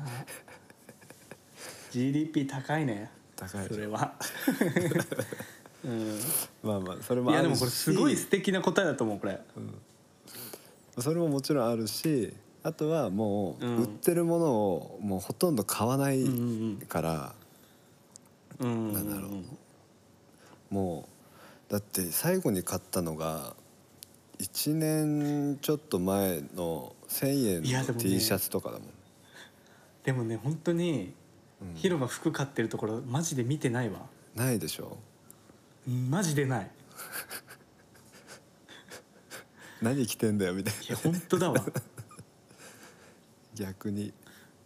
GDP 高いね
高い
それ
[LAUGHS]
はうん
まあまあそれも
い
ある
やでも
し
これすごい素敵な答えだと思うこれ
それももちろんあるしあとはもう
うん
売ってるものをもうほとんど買わない
うんうん
から、
うん
なんだろうもうだって最後に買ったのが1年ちょっと前の1,000
いや
円
で
の
もね
T シャツとかだもん
でもね本当に
うん
広場服買ってるところマジで見てないわ
ないでしょ
マジでない
何着てんだよみたいない
や本当
[LAUGHS]
だわ
逆に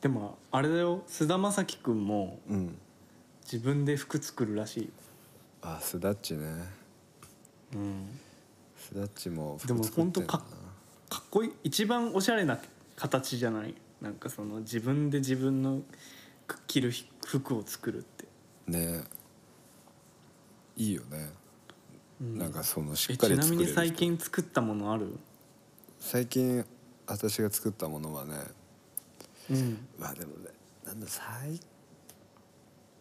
でもあれだよ菅田将暉くんも
うん
自分で服作るらしい
あスダッチね
うん
スダッチも
でも
服作ってん
ほ
だ
んとかかっこいい一番おしゃれな形じゃないなんかその自分で自分の着る服を作るって、
ねいいよね、
うん
なんかそのし
え
っかり
ちな
作
み
れる
に
人
最近作ったものある
最近私が作ったものはね
うん
まあでもねなんだ最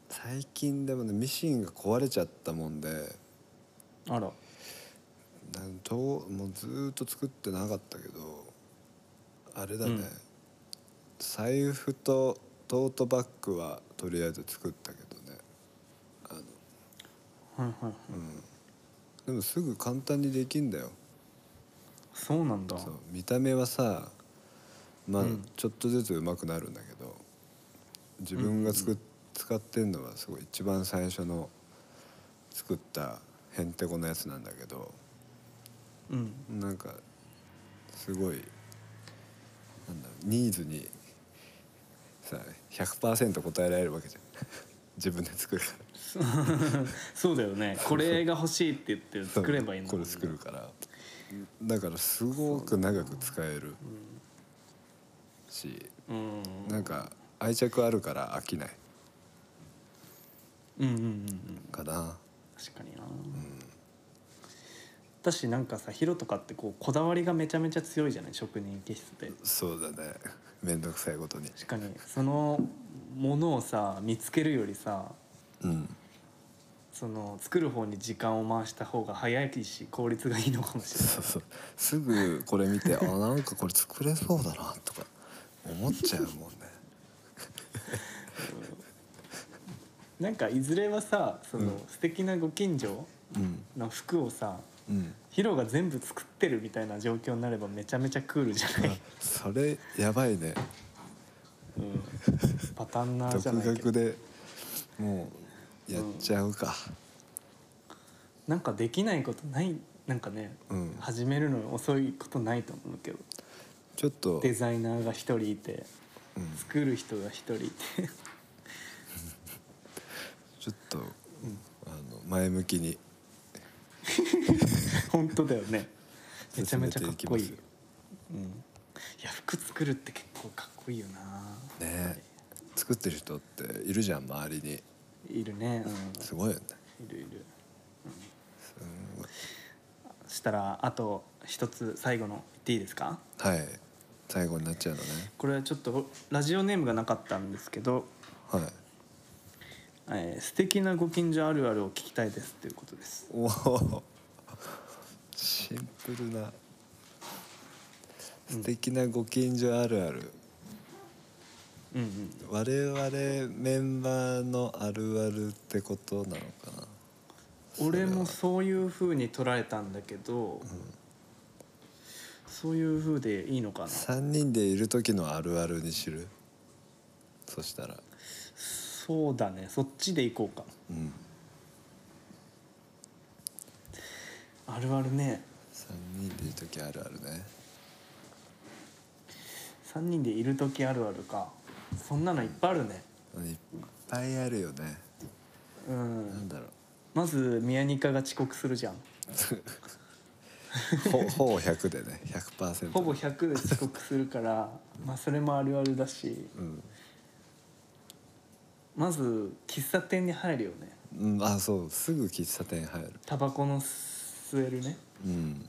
最近でもねミシンが壊れちゃったもんで
あら
なんどうもうずーっと作ってなかったけどあれだね、
うん
財布とトートバッグはとりあえず作ったけどね
はいはいはい
でもすぐ簡単にできんだよ
そうなんだ
そう見た目はさまあ
うん
ちょっとずつうまくなるんだけど自分がつく、使ってんのはすごい一番最初の作ったへんてこなやつなんだけど
うん
なんかすごいなんだろうニーズにさ100%答えられるわけじゃん [LAUGHS] 自分で作るから
そうだよねこれが欲しいって言ってる
そう
作ればいいの
これ作るからだからすごく長く使えるし
うん
なんか愛着あるから飽きない
うんうんうんうん
かな
確かにな、だしなんかさヒロとかってこうこだわりがめちゃめちゃ強いじゃない職人気質で
そうだね面倒くさいことに
確かにそのものをさ見つけるよりさ
うん
その作る方に時間を回した方が早いし効率がいいのかもしれない
そうそうすぐこれ見てあなんかこれ作れそうだなとか思っちゃうもんね
なんかいずれはさその、素敵なご近所
うん
の服をさ
うん
ヒロが全部作ってるみたいな状況になればめちゃめちゃクールじゃない、
あそれやばいね
うん、パターンナー
独
じゃないけ
学
ど
でもうやっちゃうか
なんかできないことないなんかね、
うん
始めるの遅いことないと思うけど
ちょっと
デザイナーが一人いて
うん
作る人が一人いて [LAUGHS]
ちょっとあの前向きに
本当だよねめちゃめちゃかっこいい
進めてい
う
き
ん、いや服作るって結構かっこいいよな
ね作ってる人っているじゃん周りに
いるね、
すごいよね
うん、いるいるそしたらあと一つ最後の言っていいですか
はい最後になっちゃうのね
これはちょっとラジオネームがなかったんですけど
はい
えー素敵なご近所あるあるを聞きたいですということです
おおシンプルな素敵なご近所あるある、
うんうん
我々メンバーのあるあるってことなのかな
俺もそういうふうに捉えたんだけど、そういうふうでいいのかな
3人でいる時のあるあるに知るそしたら
そうだねそっちでいこうか
うん
あるあるね
3人でいる時あるあるね
3人でいる時あるあるかそんなのいっぱいあるね
いっぱいあるよね
う
なんんだろ
まず宮ニカが遅刻するじゃん
うほ [LAUGHS] ほぼ100でね100%
ほぼ100で遅刻するから [LAUGHS] まあそれもあるあるだし
うん、
まず喫茶店に入るよね
うん、あそうすぐ喫茶店入る
タバコの吸えるね
うん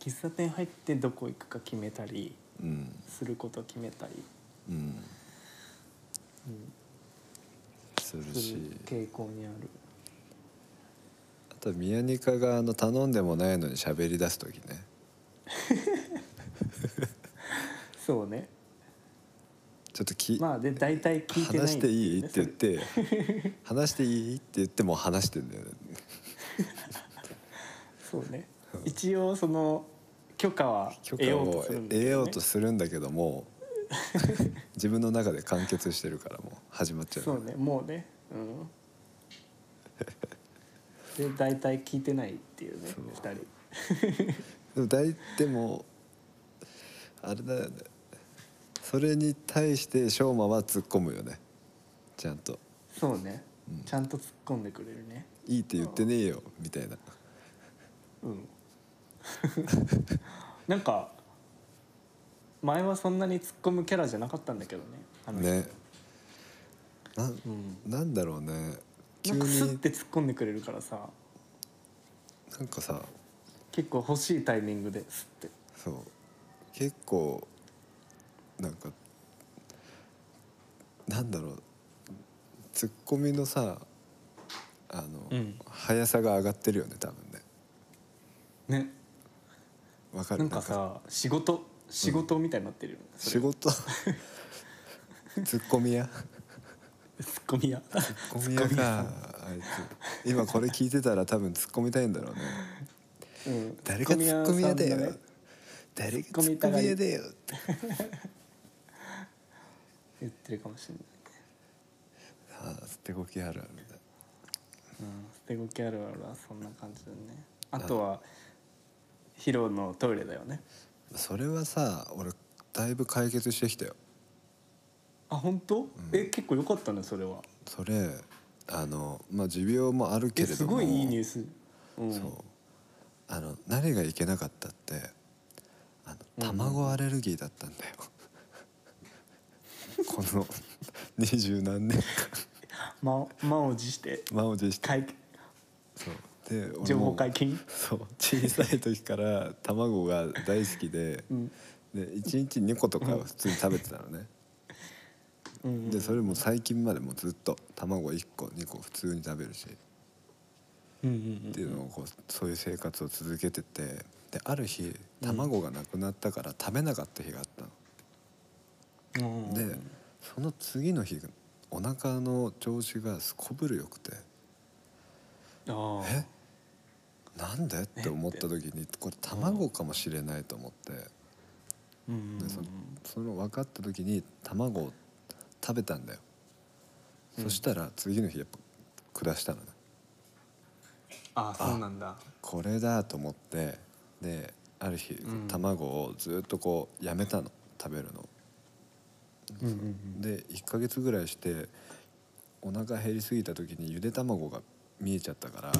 喫茶店入ってどこ行くか決めたり
うん
すること決めたり
うんする
す
し
る傾向にある
あと宮ニカがあの頼んでもないのに喋り出す時ね
そうね
ちょっとき、
まあで大体聞いてない
話していいって言っ
ね [LAUGHS]
て [LAUGHS] 話していいって言ってもう話してんだよね
そそうね一応その許可は
許
得
可
ようと
を
するんだけ
得
どね
ようとするんだけ
[LAUGHS]
ども自分の中で完結してるからもう始まっちゃう
そうねもうね [LAUGHS] うんで大体聞いてないっていうね
そう
2人
でも大でもあれだよねそれに対して翔馬は突っ込むよねちゃんと
そうね、ちゃんと突っ込んでくれるね
「いいって言ってねえよ」みたいな
うんなんか前はそんなに突っ込むキャラじゃなかったんだけどねあの人
ねなん
うん
なんだろうね急
なんかスッ
に
て突っ込んでくれるからさ
なんかさ
結構欲しいタイミングでスッて
そう結構なんかなんだろうツッコミのさあの、
うん
速さが上がってるよね多分ね
ね
わかる
なんかさ仕事仕事みたいになってるよね、そ
仕
れ [LAUGHS]
事ツッコミや
ツッコミや
ツッコミやかあいつ今これ聞いてたら多分ツッコみたいんだろうね
うん
誰がツッコミ屋
ツ
だ
ッコミ屋さんの
よ
ね
誰がツ
ツッ
ッ
コ
コ
ミ
ミ
屋
屋
だ
だよって
言ってるかもしれない
ああ捨てこきあるあるだ
うん捨てゴキあるあるはそんな感じだねあとはヒロのトイレだよね
それはさ俺だいぶ解決してきたよ
あ本当、え結構良かったねそれは
それあのまあ持病もあるけ
え
れども
すごいいいニュースうん
そうあの何がいけなかったってあの卵アレルギーだったんだよ、 [LAUGHS] この二十何年間
[LAUGHS] ま満を持して
満を持して
解
そうで俺も
情報解禁
そう小さい時から卵が大好きで、
ん
で1日2個とかは普通に食べてたのね、
うん
でそれも最近までもずっと卵1個2個普通に食べるし、
うんうん
っていうのをこうそういう生活を続けててである日卵がなくなったから食べなかった日があったの。
うんうん
でその次の日お腹の調子がすこぶるよくて
あ
「
あ
えなんで?」って思った時にこれ卵かもしれないと思って
うんうんうん
でそその分かった時に卵を食べたんだよ。そしたら次の日やっぱ下したのね。
ああそうなんだ
これだと思ってである日
ん
卵をずっとこうやめたの食べるの。
うんうんうん
で1ヶ月ぐらいしてお腹減りすぎた時にゆで卵が見えちゃったから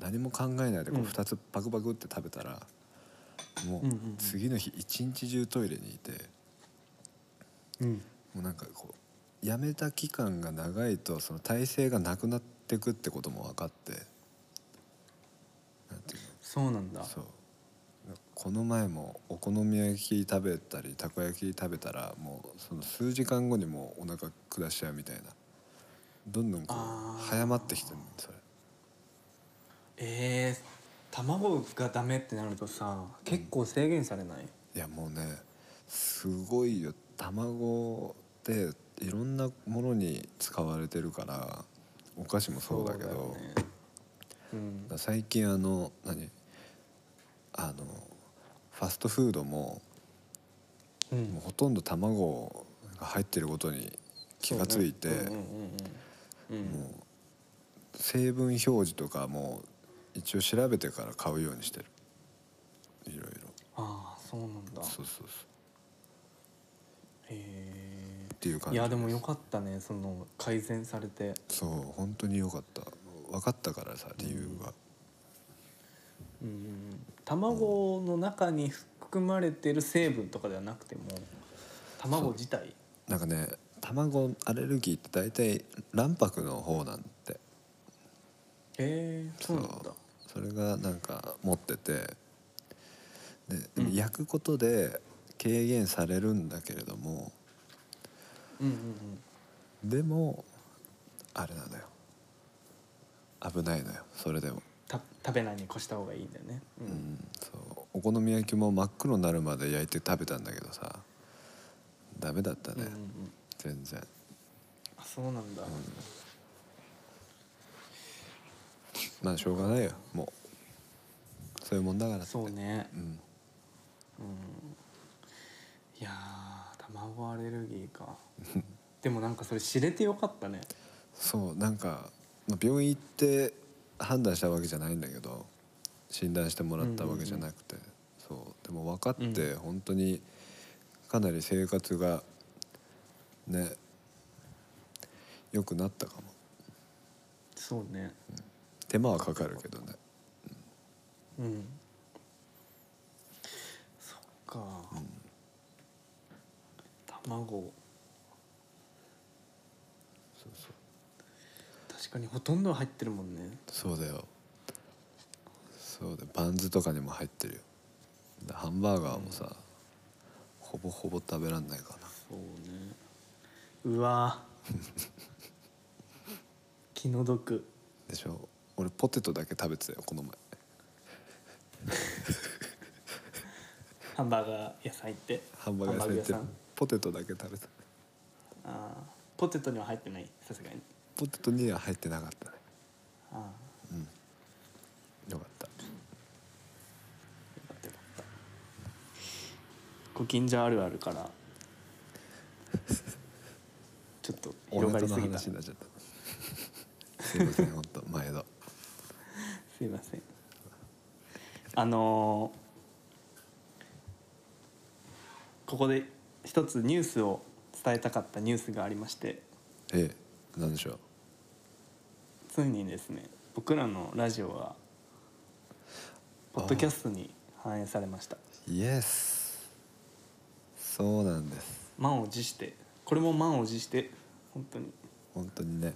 何も考えないでこう2つパクパクって食べたら、も
うんう
うん
うん
次の日一日中トイレにいて
うん
もうなんかこうやめた期間が長いとその体勢がなくなってくってことも分かってなんていうの
そうなんだ
そうこの前もお好み焼き食べたりたこ焼き食べたらもうその数時間後にもうお腹下しちゃうみたいなどんどんこ
あ
う
ー
早まってきてるそれ
ええ卵がダメってなるとさ結構制限されない、
いやもうねすごいよ卵っていろんなものに使われてるからお菓子もそうだけど
よねうん
最近あの何あのファストフードも
う
もうんほとんど卵が入ってることに気がついて、
そうねうんうんうんうん
もう成分表示とかもう一応調べてから買うようにしてるいろいろ
ああそうなんだ
そうそうそう
へえ
っていう感
い
じ
やでもよかったねその改善されて
そう本当によかった分かったからさ理由が、
うんうんうん卵の中に含まれてる成分とかではなくても卵自体
なんかね卵アレルギーって大体卵白の方なんて
へえそうなんだ
それがなんか持っててででも焼くことで軽減されるんだけれども、
うんうんうん
でもあれなのよ危ないのよそれでも、
た食べないに越した方がいいんだよねう
うん
ん
そうお好み焼きも真っ黒になるまで焼いて食べたんだけどさダメだった
うんう
ね、
んうん
全然
あそうなんだ
まあしょうがないよもうそういうもんだから
そうね
うん
いやー卵アレルギー [LAUGHS] かでもなんかそれ知れてよかったね
そうなんか、まあ、病院行って判断したわけじゃないんだけど診断してもらったわけじゃなくて、そうでも分かって
う
本当にかなり生活がね良くなったかも
そうね
手間はかかるけどね
うんそっか、卵
そうそう
確かにほとんど入ってるもんね
そうだよそうだよバンズとかにも入ってるよでハンバーガーもさ、ほぼほぼ食べらんないかな
そうねう [LAUGHS] わー気の毒
でしょ俺ポテトだけ食べてたよこの前
ハンバーガー屋さん行って
ハンバーガー屋さん行
ハ
っ
ン
てポテトだけ食べた
バーガー屋さんあーポテトには入ってないさすがに
ポテトには入ってなかったね
ああよ
よかった
かったよかったご近所あるあるからちょっと
俺
広が
と
り
の
すぎた
話になっちゃった [LAUGHS] すいません本当毎度
すいませんあのーここで一つニュースを伝えたかったニュースがありまして
ええなんでしょう
ついにですね僕らのラジオはポッドキャストに反映されました
イエスそうなんです
満を持してこれも満を持して本当に
本当にね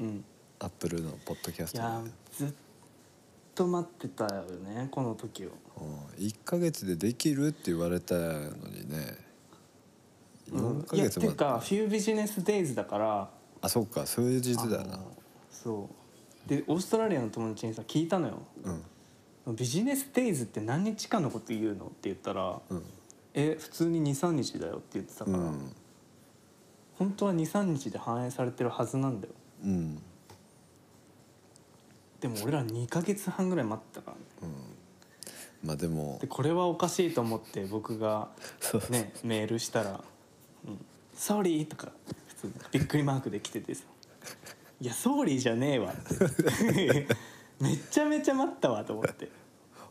うん
アップルのポッドキャス
い
ト
や
ね
ずっと待ってたよねこの時を
うん1か月でできるって言われたのにね
うん
4か月
いや
も
てかフュービジネスデイズだから
あそうかそういう事実だ
あ
な
のそうでオーストラリアの友達にさ聞いたのよ
う
「
ん
ビジネスデイズって何日かのこと言うの?」って言ったら「
うん
え普通に23日だよ」って言ってた
う
から、
ん
本当は23日で反映されてるはずなんだよ
うん
でも俺ら2ヶ月半ぐらい待ってたからね
まあでも
でこれはおかしいと思って僕が
そうそう
ねメールしたら「うん、ソーリー」とか普通にびっくりマークで来ててさ「いやソーリーじゃねえわ」って [LAUGHS] 「めちゃめちゃ待ったわ」と思って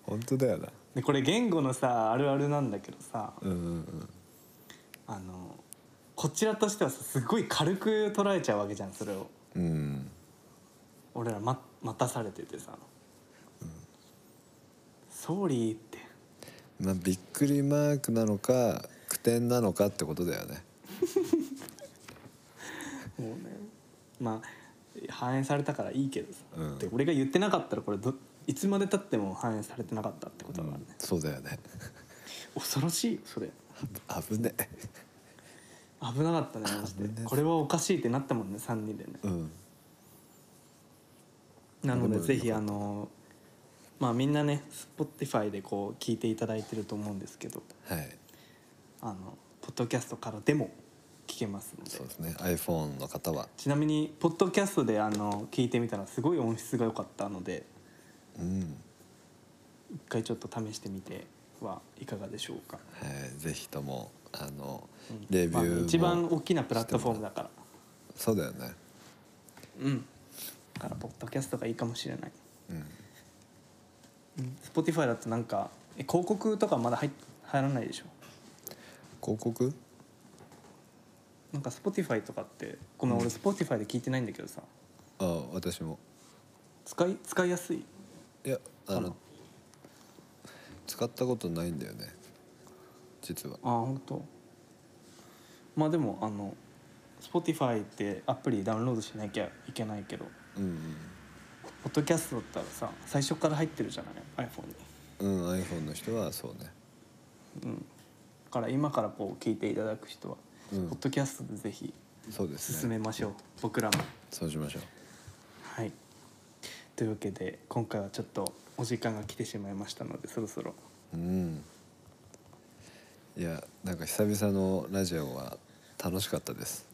本当だよな
でこれ言語のさあるあるなんだけどさ
うんうんうん
あのこちらとしてはさすごい軽く捉えちゃうわけじゃんそれを
うん
俺ら待待たされててさ「ソーリー」って
まあびっくりマークなのか句点なのかってことだよね
もうねまあ反映されたからいいけどさ、
うん
で俺が言ってなかったらこれどいつまでたっても反映されてなかったってことだからね、
そうだよね [LAUGHS]
恐ろしいよそれ
危ねえ
危なかったねマジで
危ねえ
これはおかしいってなったもんね3人でね
うん
なの
で
で
も
ぜひあのまあみんなね Spotify でこう聞いていただいてると思うんですけど
はい
あのポッドキャストからでも聞けますので
そうですね iPhone の方は
ちなみにポッドキャストであの聞いてみたらすごい音質が良かったので
うん
一回ちょっと試してみてはいかがでしょうか、
はいぜひともあの
うん
レビューも、
まあ一番大きなプラットフォームだから
そうだよね
うんだからポッドキャストがいいかもしれない
うん
うん Spotify だとなんかえ広告とかまだ入っ入らないでしょ
広告
なんか Spotify とかってごめん俺 Spotify で聞いてないんだけどさ
あ私も
使い使いやすい
いやあ
か
の
な
使ったことないんだよね実は
あ本当。まあでもあの Spotify ってアプリダウンロードしなきゃいけないけど
うん
ポッドキャストだったらさ最初から入ってるじゃない iPhone に
うん、うん、iPhone の人はそうね
うんだから今からこう聞いていただく人は、
うん
ポッドキャストでぜひ
そうです
進め
ね
ましょう、僕らも
そうしましょう
はいというわけで今回はちょっとお時間が来てしまいましたのでそろそろ [LAUGHS]
うんいやなんか久々のラジオは楽しかったです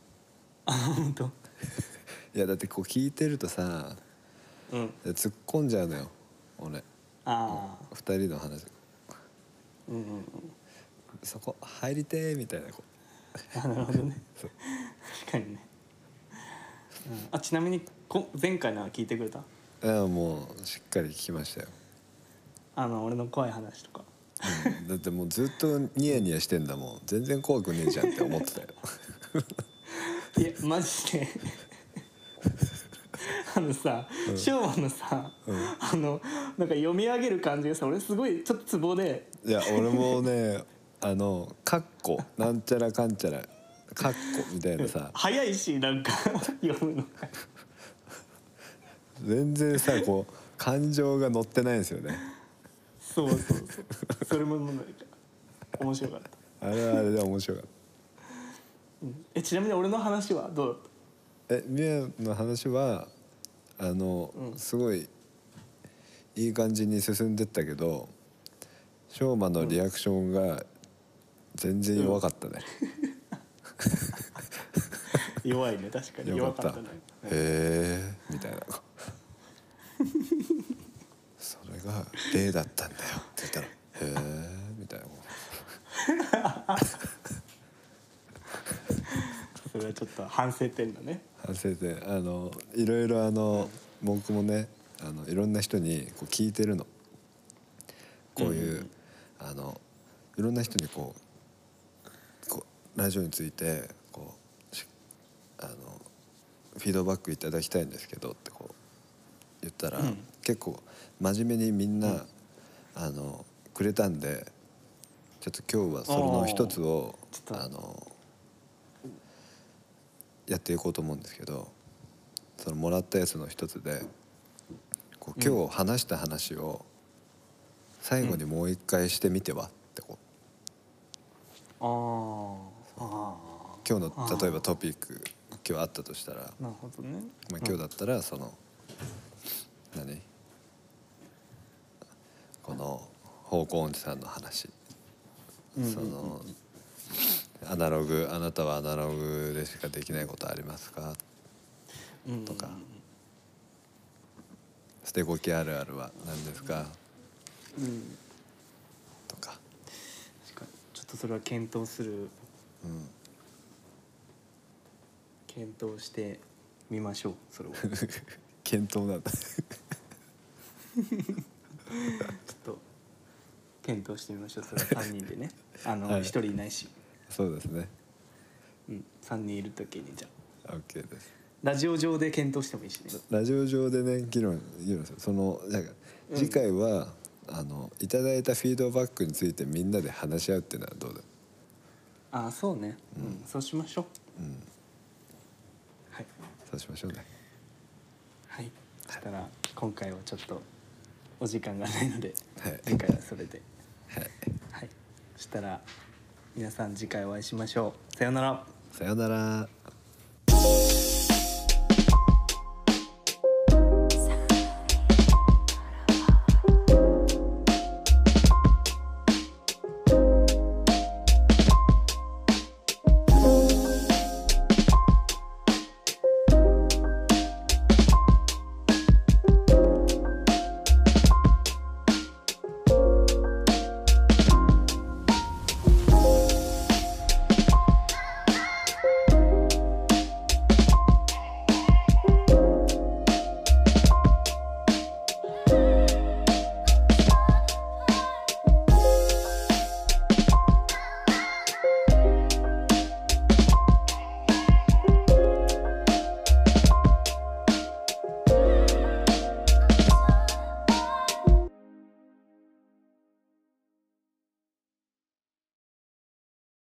あ本当
いやだってこう聞いてるとさ
うん
突っ込んじゃうのよ俺
ああ
2人の話
うんうんうん
そこ入りてーみたいなこ
あ [LAUGHS] なるほどね
そう
確かにね、うん、あちなみにこ前回のは聞いてくれた
ういやもうしっかり聞きましたよ、
あの俺の怖い話とか
うんだってもうずっとニヤニヤしてんだもん全然怖くねえじゃんって思ってたよ
いやマジで [LAUGHS] あのさ昭和、のさ、あのなんか読み上げる感じがさ俺すごいちょっとツボで
いや俺もねあの「かっこなんちゃらかんちゃらかっこ」みたいなさ
早いしなんか [LAUGHS] 読むのが
全然さこう感情が乗ってないんですよね
そうそうそうそれもなんか面白かった、
あれはあれで面白かっ
うんえちなみに俺の話はどうだった
たえみやの話はあの、
うん
すごいいい感じに進んでったけどしょうまのリアクションが全然弱かったね、
弱いね確かに
弱
弱
か
か
っ
ったた
へ
ね
えみたいな [LAUGHS] それが例だったんだよって言ったら「へえ」みたいな
それはちょっと反省点だね
反省点あのいろいろあの僕もねあのいろんな人にこう聞いてるのこういう、あのいろんな人にこうこうラジオについてこうしあのフィードバックいただきたいんですけどってこう言ったら、
うん
結構真面目にみんな、あのくれたんでちょっと今日はそれの一つを
ちょっと
あのやっていこうと思うんですけどそのもらったやつの一つでこう今日話した話を最後にもう一回してみてはってこう
あーあ
今日の例えばトピック今日あったとしたら、
ーなるほどね
まあ、今日だったらその何この方向音痴さんの話
うんうん
そのアナログあなたはアナログでしかできないことありますか
うん
とか捨てこきあるあるは何ですか
うん
とか
確かにちょっとそれは検討する
うん
検討してみましょうそ
[LAUGHS]
れをちょっ
[LAUGHS] 検討なんだ
と検討してみましょうそれは3人でねあの、
はい
1人いないし、
[LAUGHS] そうですね
うん、3人いる時にじゃあ
OK です
ラジオ上で検討してもいいしね
ラジオ上でね議論議論するそのなんか次回は、あのいただいたフィードバックについてみんなで話し合うっていうのはどうだ
ああそうね、うんそうしましょう
うん
はい、
そうしましょうね
はい、そしたら今回はちょっとお時間がないので、
はい
次回はそれで
はい
はいそしたら皆さん次回お会いしましょうさようなら
さようなら